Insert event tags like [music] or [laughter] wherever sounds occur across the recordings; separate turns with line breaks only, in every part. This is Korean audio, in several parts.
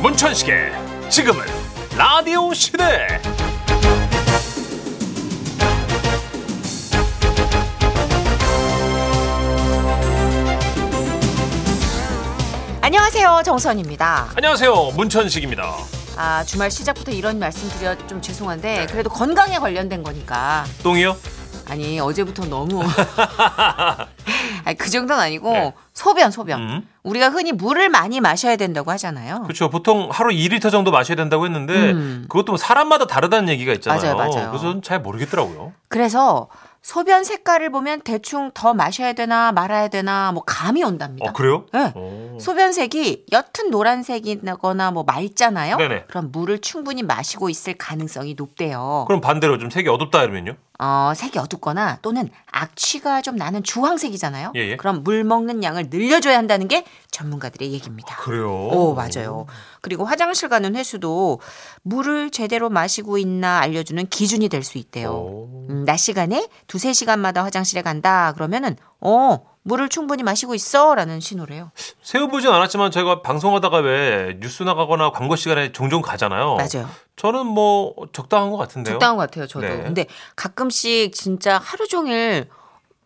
문천식의 지금은 라디오 시대
안녕하세요 정선입니다.
안녕하세요 문천식입니다
아 주말 시작부터 이런 말씀 드려 좀 죄송한데 그래도 건강에 관련된 거니까
똥이요?
아니 어제부터
[laughs]
너무 아니, 그 정도는 아니고
네.
소변 소변
음.
우리가 흔히 물을 많이 마셔야 된다고 하잖아요.
그렇죠 보통 하루 2리터 정도 마셔야 된다고 했는데
음.
그것도 뭐 사람마다 다르다는 얘기가 있잖아요
맞아요, 맞아요.
그래서 저는 잘 모르겠더라고요
그래서 소변 색깔을 보면 대충 더 마셔야 되나 말아야 되나 뭐 감이 온답니다.
어 그래요?
네.
어.
소변색이 옅은 노란색이거나 뭐 맑잖아요.
네네.
그럼 물을 충분히 마시고 있을 가능성이 높대요.
그럼 반대로 좀 색이 어둡다 이러면요?
어, 색이 어둡거나 또는 악취가 좀 나는 주황색이잖아요.
예, 예.
그럼 물 먹는 양을 늘려줘야 한다는 게 전문가들의 얘기입니다.
그래요
아, 오, 맞아요. 그리고 화장실 가는 횟수도 물을 제대로 마시고 있나 알려주는 기준이 될 수
어.
있대요.
오.
음, 낮 시간에 두세 시간마다 화장실에 간다 그러면은 어 물을 충분히 마시고 있어라는 신호래요.
세어보진 않았지만 제가 방송하다가 왜 뉴스 나가거나 광고 시간에 종종 가잖아요
맞아요.
저는 뭐 적당한 것 같은데요
적당한 것 같아요. 저도.
네.
근데 가끔씩 진짜 하루 종일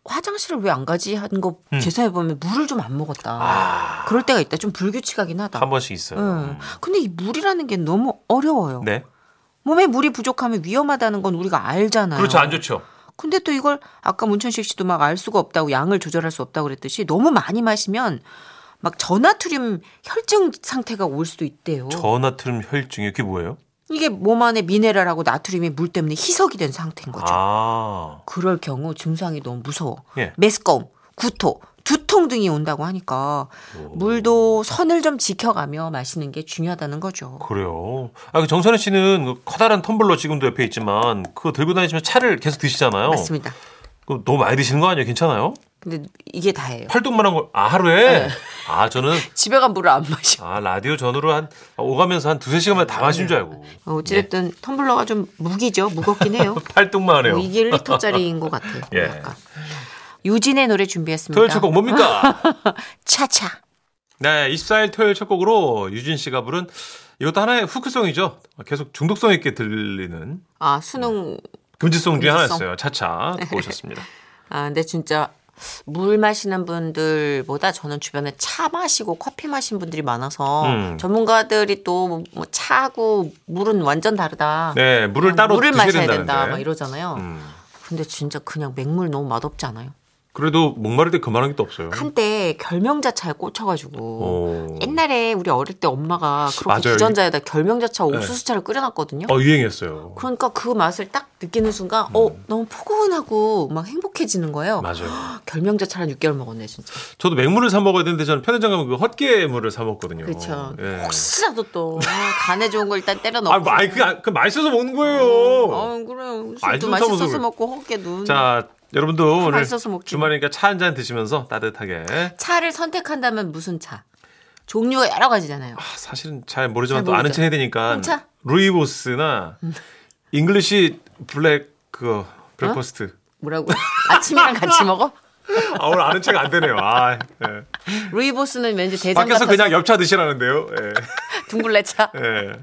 화장실을 왜 안 가지 한 거
음.
재산해 보면 물을 좀 안 먹었다.
아, 음.
그럴 때가 있다. 좀 불규칙하긴 하다.
한 번씩 있어요
응. 근데 이 물이라는 게 너무 어려워요.
네
몸에 물이 부족하면 위험하다는 건 우리가 알잖아요.
그렇죠 안 좋죠
근데 또 이걸 아까 문천식 씨도 막 알 수가 없다고 양을 조절할 수 없다고 그랬듯이 너무 많이 마시면 막 전화투림 혈증 상태가 올 수도 있대요.
전화트름 혈증이 그게 뭐예요?
이게 몸 안에 미네랄하고 나트륨이 물 때문에 희석이 된 상태인 거죠.
아,
그럴 경우 증상이 너무 무서워.
예.
메스꺼움, 구토, 두통 등이 온다고 하니까 물도 선을 좀 지켜가며 마시는 게 중요하다는 거죠.
그래요. 아, 그 정선혜 씨는 그 커다란 텀블러 지금도 옆에 있지만 그거 들고 다니시면 차를 계속 드시잖아요.
맞습니다.
그거 너무 많이 드시는 거 아니에요? 괜찮아요?
근데 이게 다예요.
팔뚝만한 걸, 아,
네.
하루에? 아, 저는,
집에 간 물을 안 마셔.
아, 라디오 전후로 한, 오가면서 한 두세 시간만에 다 마신 줄 알고.
어, 어찌됐든
예.
텀블러가 좀 무기죠. 무겁긴
[laughs]
해요.
팔뚝만 해요.
뭐 이게 1리터짜리인 것 같아요.
[laughs] 예. 그
약간. 유진의 노래 준비했습니다.
토요일 첫 곡 뭡니까?
차차.
네, 24일 토요일 첫 곡으로 유진 씨가 부른 이것도 하나의 후크송이죠. 계속 중독성 있게 들리는
아 수능.
금지송 중에
금지송.
하나였어요.
[laughs]
차차 듣고 오셨습니다.
아 근데 진짜 물 마시는 분들보다 저는 주변에 차 마시고 커피 마신 분들이 많아서
음.
전문가들이 또뭐 차고 물은 완전 다르다.
네, 물을 따로
아, 물을
드셔야
마셔야 된다.
된다는데.
막 이러잖아요.
음.
근데 진짜 그냥 맹물 너무 맛없지 않아요?
그래도 목마를 때 그만한 게 또 없어요.
한때 결명자차에 꽂혀가지고
어.
옛날에 우리 어릴 때 엄마가 그렇게
맞아요. 네.
주전자에다 결명자차 옥수수차를 끓여놨거든요.
어, 유행했어요.
그러니까 그 맛을 딱 느끼는 순간 어 너무 포근하고 막 행복해지는 거예요.
맞아요.
결명자차를 한 6개월 먹었네 진짜.
저도 맹물을 사 먹어야 되는데 저는 편의점 가면 그 헛개 물을 사 먹거든요.
그렇죠.
예.
혹시라도 또 간에 좋은 걸 일단 때려 넣고.
아, 뭐, 아니, 그, 아, 그 맛있어서 먹는 거예요.
아, 그래요.
아니,
술도
좀
맛있어서
타면서
먹고 헛개도.
자, 여러분도 오늘
음. 맛있어서 먹지.
주말이니까 차 한 잔 드시면서 따뜻하게. 아,
차를 선택한다면 무슨 차? 종류가 여러 가지잖아요.
아, 사실은 잘 모르지만
잘
또 아는
모르죠.
체 해야 되니까.
홍차? 음.
루이보스나 잉글리시 블랙 그거
어?
브렉퍼스트.
뭐라고? [laughs] 아침이랑 같이 먹어?
아, 오늘 아는 체가 안 되네요. 아,
[laughs]
예.
루이보스는 왠지 대장
밖에서
같아서
그냥 엽차 드시라는데요. 예. [laughs]
둥글레 차.
예.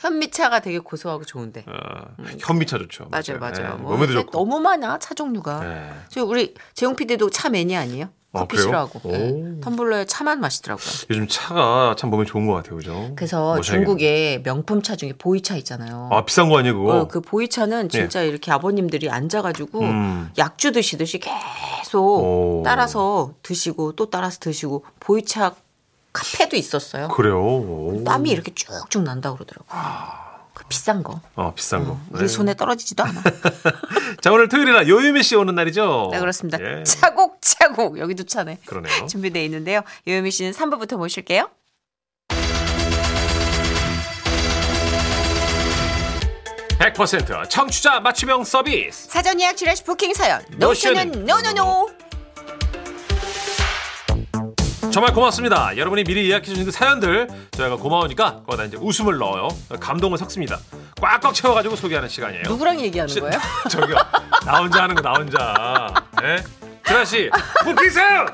현미차가 되게 고소하고 좋은데.
아, 현미차 좋죠.
음. 맞아요,
예,
맞아요. 뭐
몸에도
요새
좋고.
너무 많아 차 종류가.
예.
저 우리 재용 PD도 차 매니 아니에요?
아,
커피
그래요?
싫어하고
오.
예. 텀블러에 차만 마시더라고요.
요즘 차가 참 몸에 좋은 것 같아요, 그죠?
그래서
뭐 저에게는.
중국의 명품 차 중에 보이차 있잖아요.
아 비싼 거 아니고.
어, 그 보이차는 진짜 이렇게 아버님들이 앉아가지고
네. 음.
약주 드시듯이 계속
오.
따라서 드시고 또 따라서 드시고 보이차 카페도 있었어요.
그래요. 오.
땀이 이렇게 쭉쭉 난다 그러더라고요. 그 비싼 거.
아 비싼 거.
우리
네.
손에 떨어지지도
[laughs]
않아.
자 오늘 토요일이라 요유미 씨 오는 날이죠.
음. 네, 그렇습니다.
예.
차곡차곡 여기도 차네.
그러네요.
준비되어 있는데요. 요요미 씨는 3부부터 모실게요.
백퍼센트 청취자 맞춤형 서비스.
사전 예약 지라시 부킹 사연. 노션은 노노노.
음. 정말 고맙습니다. 여러분이 미리 예약해 주신 그 사연들 저희가 고마우니까 거기다 이제 웃음을 넣어요. 감동을 섞습니다. 꽉꽉 채워가지고 소개하는 시간이에요.
누구랑 얘기하는 거예요?
[laughs] 저기요. 나 혼자 하는 거 나 혼자. 예? 지라
[laughs]
씨, 웃기세요.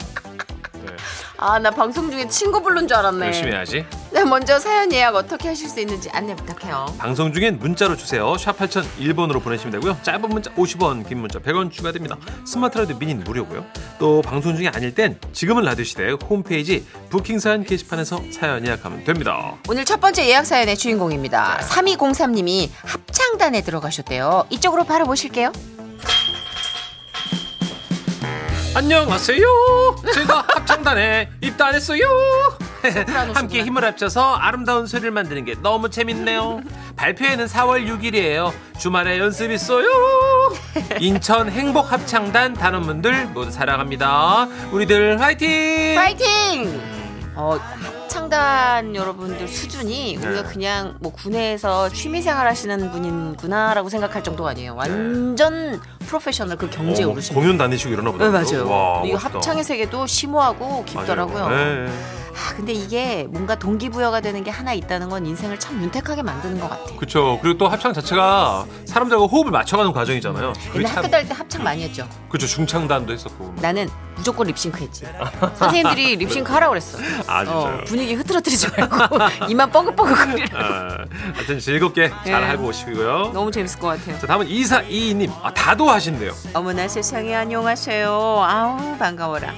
아, 나 방송 중에 친구 부른 줄 알았네.
열심히 해야지.
네, 먼저 사연 예약 어떻게 하실 수 있는지 안내 부탁해요.
방송 중엔 문자로 주세요. 샵 8001번으로 보내시면 되고요. 짧은 문자 50원, 긴 문자 100원 추가됩니다. 스마트 라디오 미니는 무료고요. 또 방송 중이 아닐 땐 지금은 라디오 시대 홈페이지 부킹 사연 게시판에서 사연 예약하면 됩니다.
오늘 첫 번째 예약 사연의
네.
주인공입니다. 3203님이 합창단에 들어가셨대요. 이쪽으로 바로 모실게요.
안녕하세요. 제가 합창단에 입단했어요. [laughs] 함께 힘을 합쳐서 아름다운 소리를 만드는 게 너무 재밌네요. 발표회는 4월 6일이에요. 주말에 연습 있어요.
[laughs]
인천 행복 합창단 단원분들 모두 사랑합니다. 우리들 화이팅!
파이팅!
음.
어, 합창단 여러분들 수준이
네.
우리가 그냥 뭐 군에서 취미생활 하시는 분인구나라고 생각할 정도가 아니에요. 완전 프로페셔널 그 경제
네. 어,
오르신
공연 다니시고 이러나 보다.
네 맞아요.
와,
이
멋있다.
합창의 세계도 심오하고 깊더라고요.
맞아요. 네.
아, 근데 이게 뭔가 동기부여가 되는 게 하나 있다는 건 인생을 참 윤택하게 만드는 것 같아요.
그렇죠. 그리고 또 합창 자체가 사람들과 호흡을 맞춰가는 과정이잖아요. 그게
옛날 네.
참-
학교 다닐 때 합창 많이 했죠.
그렇죠. 중창단도 했었고.
나는 무조건 립싱크 했지. 선생님들이 립싱크 하라고 그랬어.
아 진짜요.
어, 분위기 흐트러뜨리지 말고 [laughs] 이만 뻥긋뻥긋거리라.
아, 하여튼 즐겁게 잘
예.
하고 오시고요.
너무 재밌을 것 같아요.
자 다음은 2422님 아, 다도 하신대요
어머나 세상에 안녕하세요. 아우 반가워라.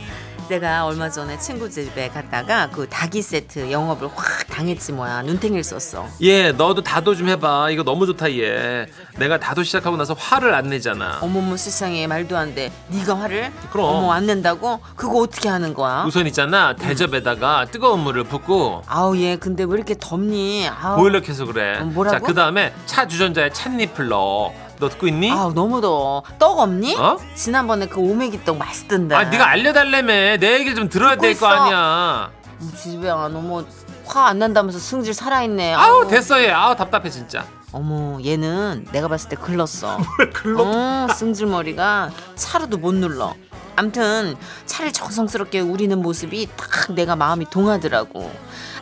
내가 얼마 전에 친구 집에 갔다가 그 닭이 세트 영업을 확 당했지 뭐야. 눈탱이를 썼어.
예 너도 다도 좀 해봐 이거 너무 좋다 얘 내가 다도 시작하고 나서 화를 안 내잖아
어머머 세상에 말도 안 돼. 네가 화를?
그럼.
어머 안 낸다고? 그거 어떻게 하는 거야?
우선 있잖아 대접에다가 뜨거운 물을 붓고
아우 얘 근데 왜 이렇게 덥니? 아우,
보일러 켜서 그래
어, 뭐라고?
자 그다음에 차 주전자에 찻잎을 넣어 너 듣고 있니?
아우 너무 더워. 떡 없니?
어?
지난번에 그 오메기 떡 맛있던데.
아 네가 알려달라며 내 얘기를 좀 들어야
듣고
될 거
있어.
아니야
음, 집에 안 너무 화 안 난다면서 승질 살아있네.
아우
아우.
됐어 얘 아우 답답해 진짜
어머 얘는 내가 봤을
[laughs]
때 글렀어.
글로
어, 승질머리가 차로도 못 눌러. 암튼 차를 정성스럽게 우리는 모습이 딱 내가 마음이 동하더라고.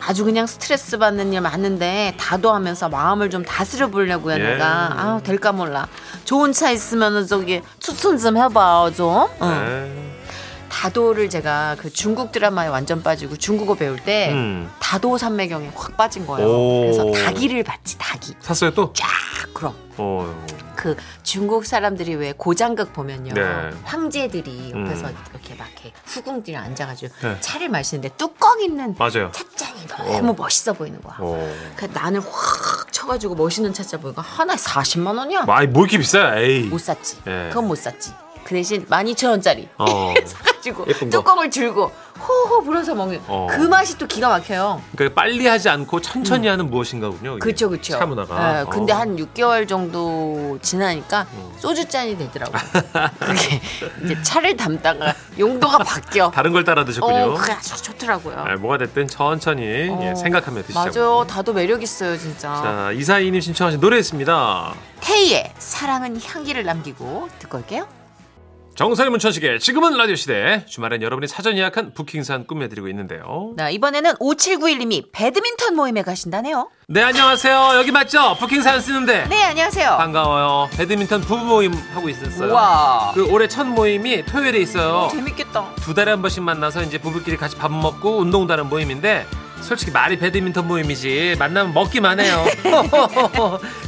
아주 그냥 스트레스 받는 일 맞는데 다도하면서 마음을 좀 다스려 보려고 해
예.
내가. 아 될까 몰라. 좋은 차 있으면은 저기 추천 좀 해봐 좀.
예.
응.
네.
다도를 제가 그 중국 드라마에 완전 빠지고 중국어 배울 때
음.
다도 산매경에 확 빠진 거예요.
오.
그래서 다기를 봤지 다기.
샀어요 또?
쫙 그럼.
어.
그 중국 사람들이 왜 고장극 보면요
네.
황제들이 옆에서
음.
이렇게 막 이렇게 후궁들이 앉아가지고
네.
차를 마시는데 뚜껑 있는
맞아요
찻잔이 너무 멋있어 보이는 거야.
어.
그 난을 확 쳐가지고 멋있는 찻잔 보니까 하나에 40만 원이야.
아이 뭐 이렇게 비싸요 에이
못 샀지.
예.
그건 못 샀지. 그 대신 12,000원짜리 [laughs]
어.
사가지고
예쁜 거.
뚜껑을 들고 호호 불어서 먹는
어.
그 맛이 또 기가 막혀요.
그러니까 빨리 하지 않고 천천히 하는 무엇인가군요. 이게.
음. 그렇죠, 그렇죠.
차 문화가.
근데
어. 음.
한 6개월 정도 지나니까 소주 잔이 되더라고. 그게 이제 차를 담다가 용도가 바뀌어.
다른 걸 따라 드셨군요.
어, 그게 아주 좋더라고요.
아, 뭐가 됐든 천천히
어.
예, 생각하며 드시자고.
맞아요. 다도 매력 있어요, 진짜.
자 이사이님 신청하신 노래 있습니다.
태희의 사랑은 향기를 남기고 듣고 올게요.
정선희 문천식의 지금은 라디오 시대 주말엔 여러분이 사전 예약한 부킹산 꾸며드리고 있는데요.
나 이번에는 5791님이 배드민턴 모임에 가신다네요.
네 안녕하세요 여기 맞죠? 부킹산 쓰는데
네, 안녕하세요.
반가워요. 배드민턴 부부 모임 하고 있었어요.
우와.
그 올해 첫 모임이 토요일에 있어요.
재밌겠다.
두 달에 한 번씩 만나서 이제 부부끼리 같이 밥 먹고 운동도 하는 모임인데 솔직히 말이 배드민턴 모임이지 만나면 먹기만 해요. [laughs]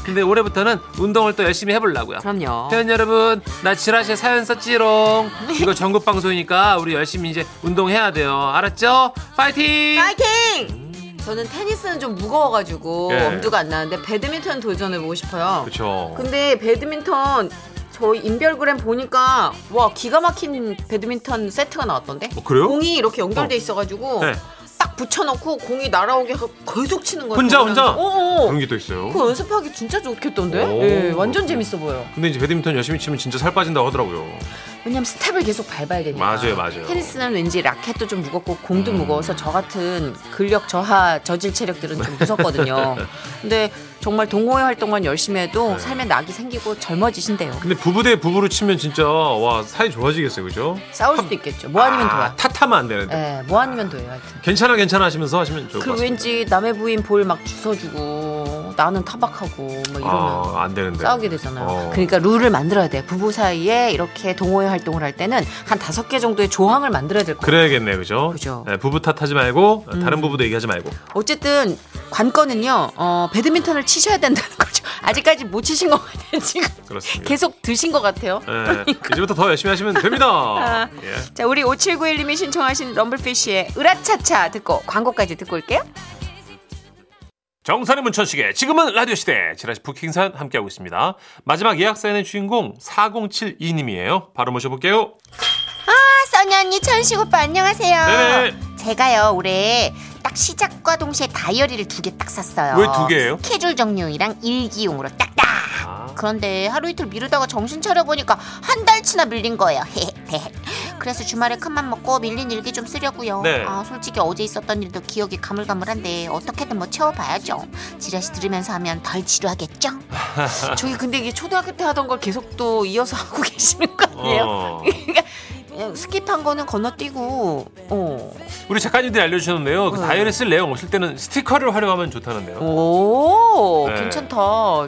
근데 올해부터는 운동을 또 열심히 해보려고요.
그럼요.
회원 여러분 나 지라시에 사연 썼지롱.
네.
이거 전국 방송이니까 우리 열심히 이제 운동해야 돼요. 알았죠? 파이팅!
파이팅! 저는 테니스는 좀 무거워가지고
예.
엄두가 안 나는데 배드민턴 도전해보고 싶어요.
그렇죠.
근데 배드민턴 저희 인별그램 보니까 와 기가 막힌 배드민턴 세트가 나왔던데
어, 그래요?
공이 이렇게 연결돼 있어가지고
네.
딱 붙여놓고 공이 날아오게 하고 계속 치는 거예요
혼자, 혼자?
어어
게 또 있어요.
그거 연습하기 진짜 좋겠던데
오.
예, 완전 재밌어 보여
근데 이제 배드민턴 열심히 치면 진짜 살 빠진다고 하더라고요.
왜냐면 스텝을 계속 밟아야 되니까
맞아요, 맞아요. 음.
테니스는 왠지 라켓도 좀 무겁고 공도 무거워서 저 같은 근력 저하 저질 체력들은 좀
[laughs]
무섭거든요 근데 정말 동호회 활동만 열심히
네.
해도 삶에 낙이 생기고 젊어지신대요
근데 부부 대 부부로 치면 진짜 와 사이 좋아지겠어요, 그죠?
싸울 수도 있겠죠 뭐 아니면
아,
도와
탓하면 안 되는데.
예, 뭐 아니면 돼요, 하여튼. 그
괜찮아 괜찮아 하시면서 하시면 좋을 것
그리고
같습니다.
왠지 남의 부인 볼 막 주워주고 나는 타박하고 뭐 이러면
아, 안 되는데.
싸우게 되잖아요.
어.
그러니까 룰을 만들어야 돼. 부부 사이에 이렇게 동호회 활동을 할 때는 한 다섯 개 정도의 조항을 만들어야 될 거예요.
그래야겠네, 그죠?
그죠. 음.
네, 부부 탓하지 말고 다른 부부도 얘기하지 말고.
어쨌든 관건은요. 어, 배드민턴을 치셔야 된다는 [laughs] 거죠. 아직까지 못 치신 것 같아요. 지금
그렇습니다.
계속 드신 것 같아요.
예, 이제부터 더 열심히 하시면
[laughs]
됩니다.
아.
예.
자, 우리 5791님이 신청하신 럼블피쉬의 으라차차 듣고 광고까지 듣고 올게요.
정선의 문천식의 지금은 라디오 시대 지라시 부킹산 함께하고 있습니다. 마지막 예약 사연의 주인공 4072님이에요. 바로 모셔볼게요.
아,
써니 언니, 천식 오빠 안녕하세요.
네네.
제가요 올해 딱 시작과 동시에 다이어리를 두 개 딱 샀어요.
왜 두 개예요?
스케줄 정리용이랑 일기용으로 딱딱.
아,
그런데 하루 이틀 미루다가 정신 차려 보니까 한 달치나 밀린 거예요. [laughs] 그래서 주말에 큰맘 먹고 밀린 일기 좀 쓰려고요.
네.
아, 솔직히 어제 있었던 일도 기억이 가물가물한데 어떻게든 뭐 채워봐야죠. 지라시 들으면서 하면 덜
[laughs]
지루하겠죠?
저기 근데 이게 초등학교 때 하던 걸 계속 또 이어서 하고 [laughs] 계시는 거 아니에요?
어.
그러니까 스킵한 거는 건너뛰고 어.
우리 작가님들이 알려주셨는데요. 그
네.
다이어리 쓸 내용 없을 때는 스티커를 활용하면 좋다는데요.
오
네.
괜찮다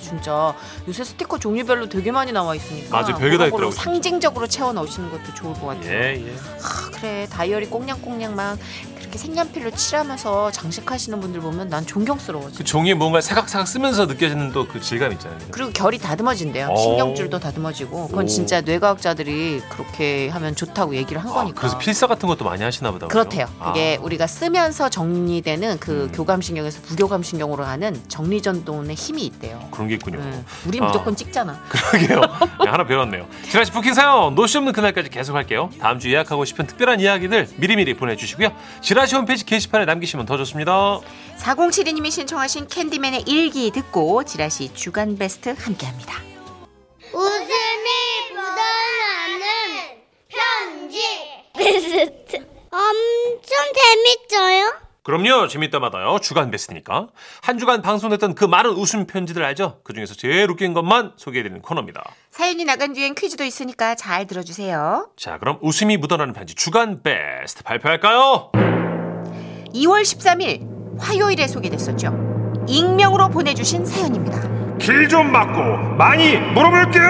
진짜 요새 스티커 종류별로 되게 많이 나와 있으니까
맞아요. 별게 다
그런 걸로
있더라고요, 진짜.
상징적으로 채워 넣으시는 것도 좋을 것 같아요
예, 예.
아, 그래 다이어리 꽁냥꽁냥 막 그렇게 색연필로 칠하면서 장식하시는 분들 보면 난 존경스러워
그
진짜.
종이에 뭔가 사각사각 쓰면서 느껴지는 또 그 질감 있잖아요.
그리고 결이 다듬어진대요
오.
신경줄도 다듬어지고 그건
오.
진짜 뇌과학자들이 그렇게 하면 좋다고 얘기를 한
아,
거니까
그래서 필사 같은 것도 많이 하시나 보다. 그죠?
그렇대요.
아.
그게 우리가 쓰면서 정리되는 그
음.
교감신경에서 부교감신경으로 가는 정리전동의 힘이 있대요.
그런 게 있군요.
음, 우리
아.
무조건 찍잖아.
[laughs] 그러게요. 네, 하나 배웠네요. 지라시 부킹 사연 노시 없는 그날까지 계속할게요. 다음 주 예약하고 싶은 특별한 이야기들 미리미리 보내주시고요. 지라시 홈페이지 게시판에 남기시면 더 좋습니다.
4072님이 신청하신 캔디맨의 일기 듣고 지라시 주간 베스트 함께합니다.
웃음이 묻어나는 편지. 베스트. 엄청 재밌죠요?
그럼요. 재밌다마다요. 주간 베스트니까. 한 주간 방송됐던 그 많은 웃음 편지들 알죠? 그중에서 제일 웃긴 것만 소개해드리는 코너입니다.
사연이 나간 뒤엔 퀴즈도 있으니까 잘 들어주세요.
자 그럼 웃음이 묻어나는 편지 주간 베스트 발표할까요?
2월 13일 화요일에 소개됐었죠. 익명으로 보내주신 사연입니다.
길 좀 막고 많이 물어볼게요.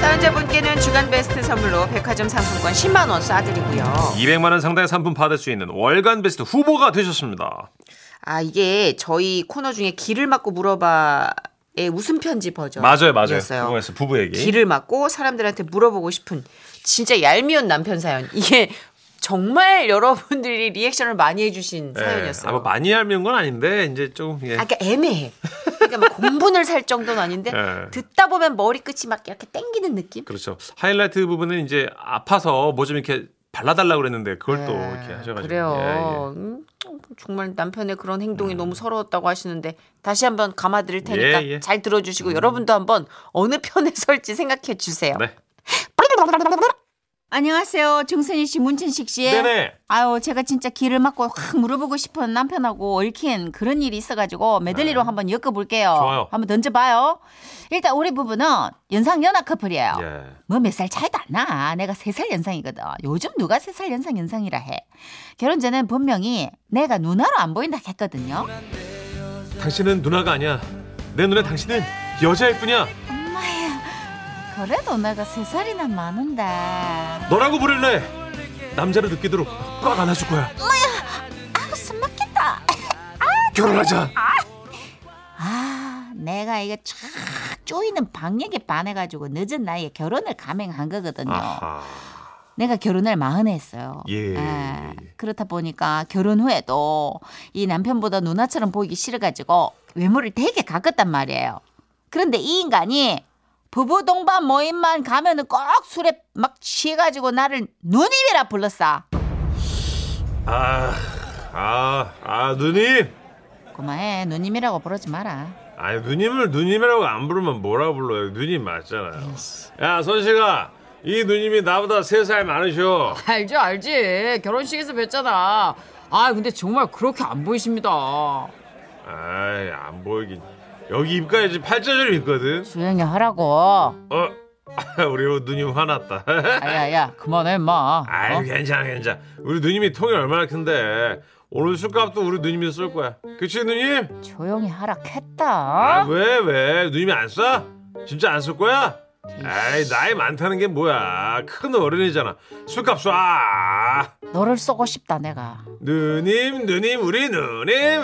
사연자분께는 주간 베스트 선물로 백화점 상품권 10만 원 쏴드리고요.
200만 원 상당의 상품 받을 수 있는 월간 베스트 후보가 되셨습니다.
아 이게 저희 코너 중에 길을 막고 물어봐의 웃음 편지 버전.
맞아요, 맞아요. 예.
이었어요.
그거에서 부부 얘기.
길을 막고 사람들한테 물어보고 싶은 진짜 얄미운 남편 사연. 이게 정말 여러분들이 리액션을 많이 해주신
예,
사연이었어요.
아마 많이 얄미운 건 아닌데 이제 좀 예.
아, 그러니까 애매해. 그러니까 막 공분을 살 정도는 아닌데
[laughs] 예.
듣다 보면 머리끝이 막 이렇게 땡기는 느낌?
그렇죠. 하이라이트 부분은 이제 아파서 뭐 좀 이렇게 발라달라고 그랬는데 그걸 또
예,
이렇게 하셔가지고
그래요.
예, 음.
음, 정말 남편의 그런 행동이 너무 서러웠다고 하시는데 다시 한번 감아드릴 테니까
예, 예.
잘 들어주시고 여러분도 한번 어느 편에 [laughs] 설지 생각해 주세요.
예. 네.
안녕하세요. 정선희 씨, 문진식
예.
씨.
네네.
아유, 제가 진짜 길을 막고 확 물어보고 싶은 남편하고 얽힌 그런 일이 있어가지고 메들리로 한번 엮어볼게요.
네. 좋아요.
한번 던져봐요. 일단 우리 부부는 연상연하 커플이에요.
예.
뭐 몇 살 차이도 안 나. 내가 세 살 연상이거든. 요즘 누가 세 살 연상 연상이라 해. 결혼 전엔 분명히 내가 누나로 안 보인다 했거든요.
당신은 누나가 아니야. 내 눈에 당신은 여자일 뿐이야.
엄마야, 그래도 내가 세 살이나 많은데.
너라고 부를래. 남자로 느끼도록 꽉 안아줄 거야.
아우, 숨 막힌다.
결혼하자.
아, 내가 이게 쫙 쪼이는 박력에 반해가지고 늦은 나이에 결혼을 감행한 거거든요.
아하.
내가 결혼을 마흔에 했어요.
예.
그렇다 보니까 결혼 후에도 이 남편보다 누나처럼 보이기 싫어가지고 외모를 되게 가꿨단 말이에요. 그런데 이 인간이 부부 동반 모임만 가면은 꼭 술에 막 취해가지고 나를 누님이라 불렀어.
아, 아, 아, 누님.
고마해 누님이라고 부르지 마라.
아니 누님을 누님이라고 안 부르면 뭐라 불러요? 누님 맞잖아요. 야 선씨가 이 누님이 나보다 세 살 많으셔.
알지 알지 결혼식에서 뵀잖아 아 근데 정말 그렇게 안 보이십니다
아이 안 보이긴. 여기 입가에 지금 팔자절이 있거든.
조용히 하라고.
어 [laughs] 우리 누님 화났다. [laughs]
아야야 그만해 임마
아이 괜찮아 괜찮아. 우리 누님이 통이 얼마나 큰데 오늘 술값도 우리 누님이 쏠 거야. 그치 누님?
조용히 하락했다.
아 왜 왜? 누님이 안 쏴? 진짜 안 쏠 거야? 아이 나이 많다는 게 뭐야? 큰 어른이잖아. 술값 쏴.
너를 쏘고 싶다 내가.
누님 누님 우리 누님.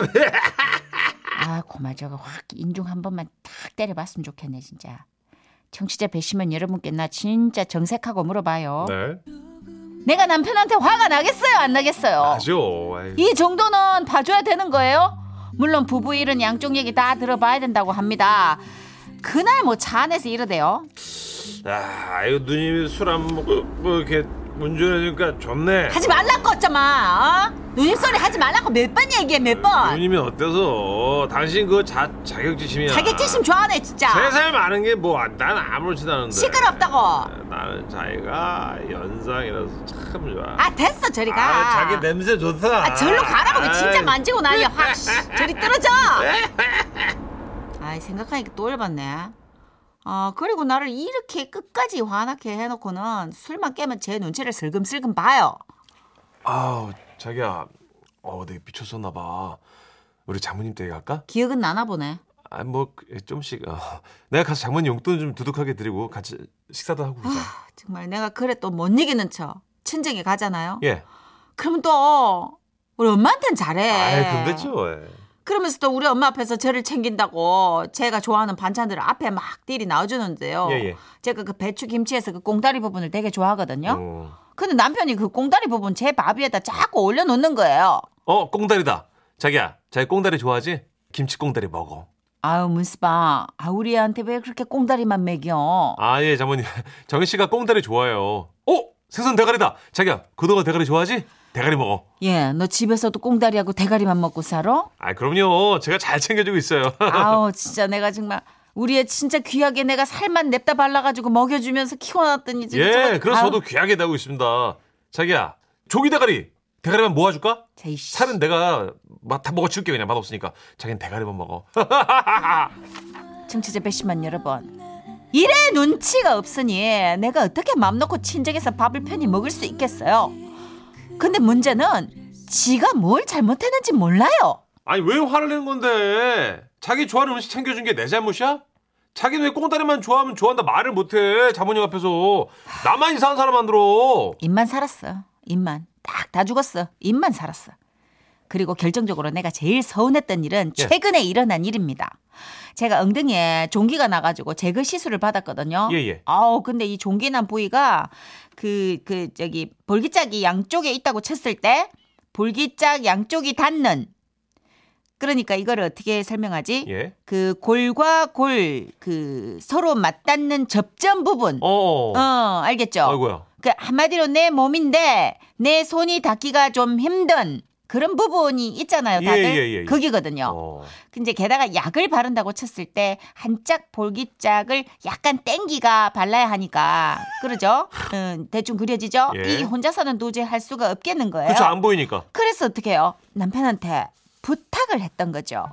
아 고말 저거 확 인중 한 번만 탁 때려봤으면 좋겠네 진짜. 청취자 배시면 여러분께 나 진짜 정색하고 물어봐요.
네.
내가 남편한테 화가 나겠어요 안 나겠어요?
아죠. 아이.
이 정도는 봐줘야 되는 거예요? 물론 부부 일은 양쪽 얘기 다 들어봐야 된다고 합니다. 그날 뭐 차 안에서 이러대요.
아, 아유 누님이 술 안 먹고 뭐 이렇게 운전해주니까 좋네.
하지 말라고 했잖아. 어? 누님 소리 하지 말라고 몇 번 얘기해 몇 번.
누님이 어때서? 당신 그거 자 자격지심이야.
자격지심 좋아하네 진짜.
세살 많은 게 뭐 난 아무렇지도 않은데.
시끄럽다고.
나는 자기가 연상이라서 참 좋아.
아 됐어 저리 가.
아, 자기 냄새 좋다.
아, 절로 가라고 진짜
아이,
만지고 난리야 확 씨, 저리
[laughs]
떨어져 아이 생각하니까 또 열받네 아 그리고 나를 이렇게 끝까지 화나게 해놓고는 술만 깨면 제 눈치를 슬금슬금 봐요
아우 자기야, 어 내가 미쳤었나 봐. 우리 장모님 댁에 갈까?
기억은 나나 보네
아 뭐 좀씩 어, [laughs] 내가 가서 장모님 용돈 좀 두둑하게 드리고 같이 식사도 하고 그러자.
아. 정말 내가 그래 또 못 이기는 척 친정에 가잖아요
예.
그럼 또 우리 엄마한텐 잘해
아이 근데죠. 예.
그러면서 또 우리 엄마 앞에서 저를 챙긴다고 제가 좋아하는 반찬들을 앞에 막 딜이 나와주는데요.
예, 예.
제가 그 배추 김치에서 그 꽁다리 부분을 되게 좋아하거든요.
어.
근데 남편이 그 꽁다리 부분 제 밥 위에다 자꾸 올려놓는 거예요.
어 꽁다리다. 자기야, 자기 꽁다리 좋아하지? 김치 꽁다리 먹어.
아유 문스바, 아 우리 애한테 왜 그렇게 꽁다리만 먹여?
아 예 장모님 [laughs] 정희 씨가 꽁다리 좋아해요. 어 생선 대가리다. 자기야 그동안 대가리 좋아하지? 대가리 먹어.
예, 너 집에서도 꽁다리하고 대가리만 먹고 살아?
아 그럼요. 제가 잘 챙겨주고 있어요. [laughs]
아우 진짜 내가 정말 우리 애 진짜 귀하게 내가 살만 냅다 발라가지고 먹여주면서 키워놨더니 지금
예,
저거-
그래서
아유,
저도 귀하게 나고 있습니다. 자기야, 조기 대가리. 대가리만 모아줄까?
자, 이씨.
살은 내가 막 다 먹어줄게 그냥 맛없으니까. 자기는 대가리만 먹어.
청취자 배심만 여러분 일에 눈치가 없으니 내가 어떻게 맘 놓고 친정에서 밥을 편히 먹을 수 있겠어요 근데 문제는 지가 뭘 잘못했는지 몰라요
아니 왜 화를 내는 건데? 자기 좋아하는 음식 챙겨준 게 내 잘못이야? 자기는 왜 꽁다리만 좋아하면 좋아한다 말을 못해 자모님 앞에서 나만 이상한 사람 만들어
입만 살았어 입만 딱 다 죽었어 입만 살았어 그리고 결정적으로 내가 제일 서운했던 일은
예.
최근에 일어난 일입니다 제가 엉덩이에 종기가 나가지고 제거 시술을 받았거든요
예, 예.
아우 근데 이 종기 난 부위가 그, 그, 저기, 볼기짝이 양쪽에 있다고 쳤을 때, 볼기짝 양쪽이 닿는. 그러니까 이걸 어떻게 설명하지?
예?
그 골과 골, 그 서로 맞닿는 접점 부분. 어,
어
알겠죠?
아이고야
그 한마디로 내 몸인데, 내 손이 닿기가 좀 힘든 그런 부분이 있잖아요,
예,
다들.
예, 예, 예.
거기거든요.
어.
근데 게다가 약을 바른다고 쳤을 때 한짝 볼기짝을 약간 땡기가 발라야 하니까 그러죠? 음, 대충 그려지죠?
예.
이 혼자서는 도저히 할 수가 없겠는 거예요.
그쵸 그렇죠. 안 보이니까
그래서 어떻게 해요? 남편한테 부탁을 했던 거죠.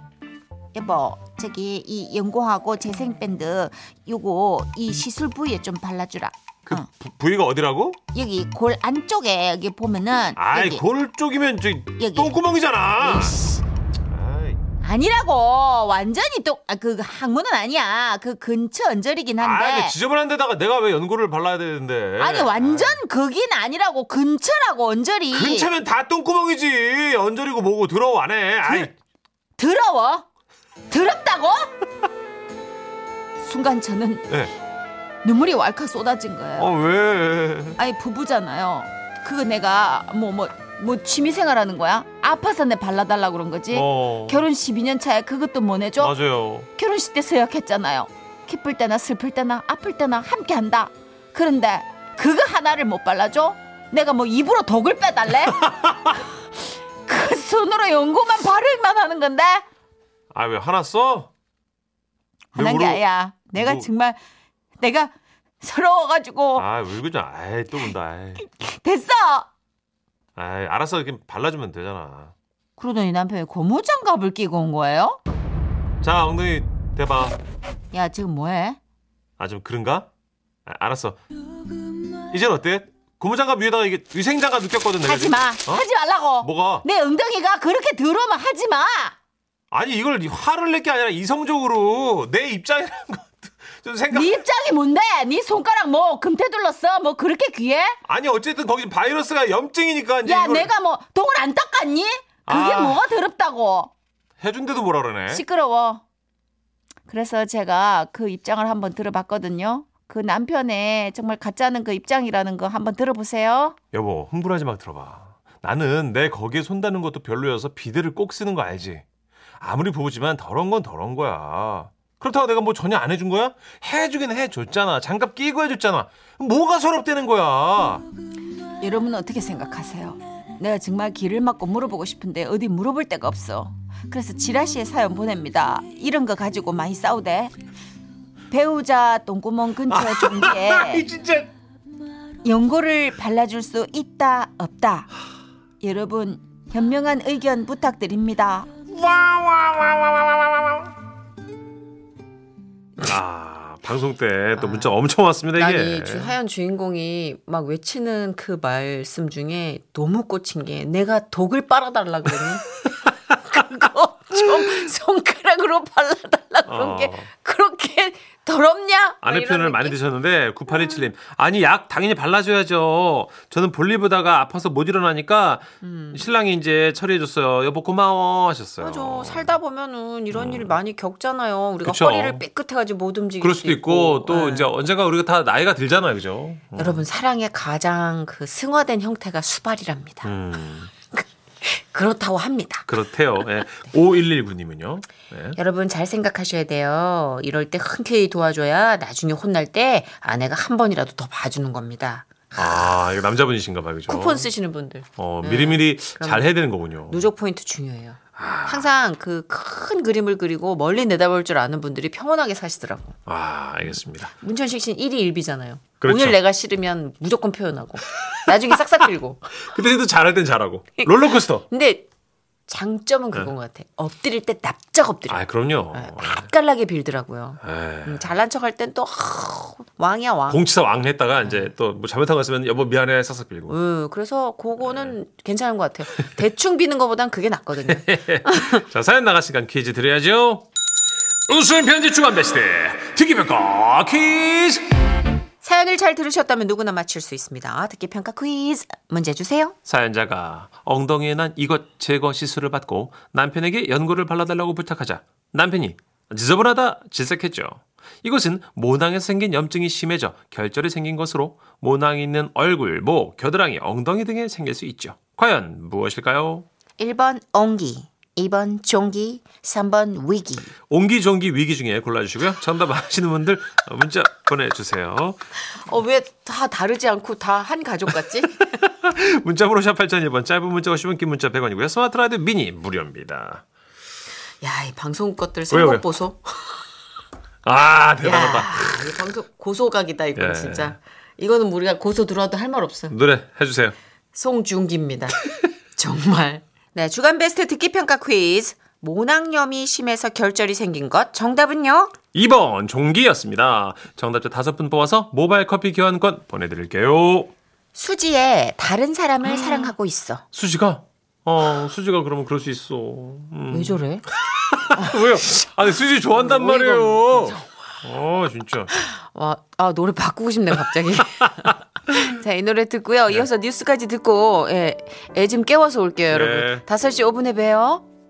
여보, 저기 이 연고하고 재생밴드 요거 이 시술 부위에 좀 발라주라.
그
어.
부- 부위가 어디라고?
여기 골 안쪽에 여기 보면은
아이
여기.
골 쪽이면 저기
여기.
똥구멍이잖아
에이씨.
아이,
아니라고 완전히 또 그 항문은 아니야 그 근처 언저리긴 한데
아, 그 지저분한 데다가 내가 왜 연고를 발라야 되는데?
아니 완전 거긴 아니라고 근처라고 언저리
아, 근처면 다 똥구멍이지. 언저리고 뭐고 들어와네. 아이,
더러워 더럽다고 순간 저는
예.
눈물이 왈칵 쏟아진 거예요
어 왜?
아니 부부잖아요 그거 내가 뭐 뭐 뭐 취미생활하는 거야 아파서 내 발라달라 그런 거지
어.
네. 결혼 12년 차에 그것도 못 해줘
맞아요.
결혼식 때 서약했잖아요. 기쁠 때나 슬플 때나 아플 때나 함께 한다. 그런데 그거 하나를 못 발라줘? 내가 뭐 입으로 독을 빼달래? [laughs] 그 손으로 연고만 바르기만 하는 건데
아 왜 화났어? 왜
하는 게
울어?
아야. 내가
뭐-
정말 내가 서러워가지고
아 울고 좀 아이 또 운다. 아이,
됐어.
아이 알아서 이렇게 발라주면 되잖아.
그러더니 남편이 고무장갑을 끼고 온 거예요.
자 엉덩이 대봐.
야 지금 뭐해?
아 좀 그런가? 아, 알았어. 이젠 어때?
고무장갑 위에다가 이게 위생장갑 느꼈거든 내가
하지
지금.
마.
어?
하지 말라고.
뭐가?
내 엉덩이가 그렇게 더러면 하지 마.
아니 이걸 화를 낼 게 아니라 이성적으로 내 입장이라는 것좀 생각.
네 입장이 뭔데? 네 손가락 뭐 금태 둘렀어? 뭐 그렇게 귀해?
아니 어쨌든 거기 바이러스가 염증이니까 이제
야,
이걸
내가 뭐 똥을 안 닦았니? 그게
아.
뭐가 더럽다고?
해준데도 뭐라 그러네.
시끄러워. 그래서 제가 그 입장을 한번 들어봤거든요. 그 남편의 정말 가짜는 그 입장이라는 거 한번 들어보세요.
여보 흥분하지 마 들어봐. 나는 내 거기에 손다는 것도 별로여서 비데를 꼭 쓰는 거 알지? 아무리 부부지만 더러운 건 더러운 거야. 그렇다고 내가 뭐 전혀 안 해준 거야? 해주긴 해줬잖아. 장갑 끼고 해줬잖아. 뭐가 서럽대는 거야?
여러분은 어떻게 생각하세요? 내가 정말 길을 막고 물어보고 싶은데 어디 물어볼 데가 없어. 그래서 지라시에 사연 보냅니다. 이런 거 가지고 많이 싸우대. 배우자 똥구멍 근처
아, [laughs]
종기에
진짜
연고를 발라줄 수 있다 없다. 여러분 현명한 의견 부탁드립니다.
아 방송 때 또 문자 엄청 왔습니다
난
이게.
이 주- 하얀 주인공이 막 외치는 그 말씀 중에 너무 꽂힌 게 내가 독을 빨아달라 그러니 [laughs] 그거 좀 손가락으로 발라달라 그런 게
어.
그렇게 더럽냐?
아내
막 이런
표현을 많이
느낌. 음.
드셨는데 9817님 아니 약 당연히 발라줘야죠. 저는 볼일 보다가 아파서 못 일어나니까 신랑이 이제 처리해줬어요. 여보 고마워 하셨어요.
음. 맞아. 살다 보면은 이런 일을 많이 겪잖아요. 우리가
음. 그쵸.
허리를 삐끗해가지고 못 움직일
그럴 수도 있고, 또
예.
이제 음. 언젠가 우리가 다 나이가 들잖아요, 그죠?
여러분 사랑의 가장 그 승화된 형태가 수발이랍니다.
음,
그렇다고 합니다.
그렇대요. 예. 5119님은요. 네.
여러분 잘 생각하셔야 돼요. 이럴 때 흔쾌히 도와줘야 나중에 혼날 때 아내가 한 번이라도 더 봐주는 겁니다.
아, 이거 남자분이신가 봐요, 그죠?
쿠폰 쓰시는 분들
어, 미리미리 잘 해야 되는 거군요.
누적 포인트 중요해요.
아.
항상 그 큰 그림을 그리고 멀리 내다볼 줄 아는 분들이 평온하게 사시더라고.
아, 알겠습니다.
문천식 씨는 1위 1비잖아요.
그렇죠.
오늘 내가 싫으면 무조건 표현하고 나중에 싹싹 빌고.
그때도 잘할 땐 잘하고. 롤러코스터.
근데 장점은 그건 것 같아. 엎드릴 때 납작 엎드려.
아, 그럼요.
네, 맛깔나게 빌더라고요.
예.
음, 잘난 척 할 땐 또 아, 왕이야 왕.
공치사 왕 했다가 이제 또 뭐 잘못한 거 있으면 여보 미안해 싹싹 빌고.
음, 그래서 그거는 괜찮은 것 같아요. 대충 비는 것보단 그게 [laughs] 낫거든요.
자, 사연 나갔으니까 퀴즈 드려야죠. 웃음 편지 주간 베스트 특기평가 퀴즈.
사연을 잘 들으셨다면 누구나 맞힐 수 있습니다. 듣기 평가 퀴즈 문제 주세요.
사연자가 엉덩이에 난 이것 제거 시술을 받고 남편에게 연고를 발라달라고 부탁하자 남편이 지저분하다 질색했죠. 이것은 모낭에 생긴 염증이 심해져 결절이 생긴 것으로 모낭이 있는 얼굴, 목, 겨드랑이, 엉덩이 등에 생길 수 있죠. 과연 무엇일까요?
1번 옹기, 2번 종기, 3번 위기.
옹기종기 위기 중에 골라주시고요. 정답 아시는 분들 문자 보내주세요.
어, 왜 다 다르지 않고 다 한 가족 [laughs] 같지?
문자번호 샵 8001번 짧은 문자 50원 긴 문자 100원이고요. 스마트 라디오 미니 무료입니다.
야, 이 방송 것들
왜요, 왜요?
선곡 보소.
[laughs] 아
야,
대단하다.
이 방송 고소각이다 이건
예.
진짜. 이거는 우리가 고소 들어와도 할 말 없어.
노래 해주세요.
송중기입니다. [laughs] 정말. 네, 주간 베스트 듣기 평가 퀴즈. 모낭염이 심해서 결절이 생긴 것 정답은요?
2번 종기였습니다. 정답자 5분 뽑아서 모바일 커피 교환권 보내드릴게요.
수지의 다른
아.
사람을 사랑하고 있어.
수지가? 어, 수지가 그러면 그럴 수 있어. 음.
왜 저래?
왜요? 아니, 수지 좋아한단 말이에요. 어, 진짜.
와, 아, 노래 바꾸고 싶네, [laughs] 갑자기. 자, 이 노래 듣고요. 이어서 뉴스까지 듣고, 예, 애 좀 깨워서 올게요, 여러분.
네.
5시 5분에 봬요.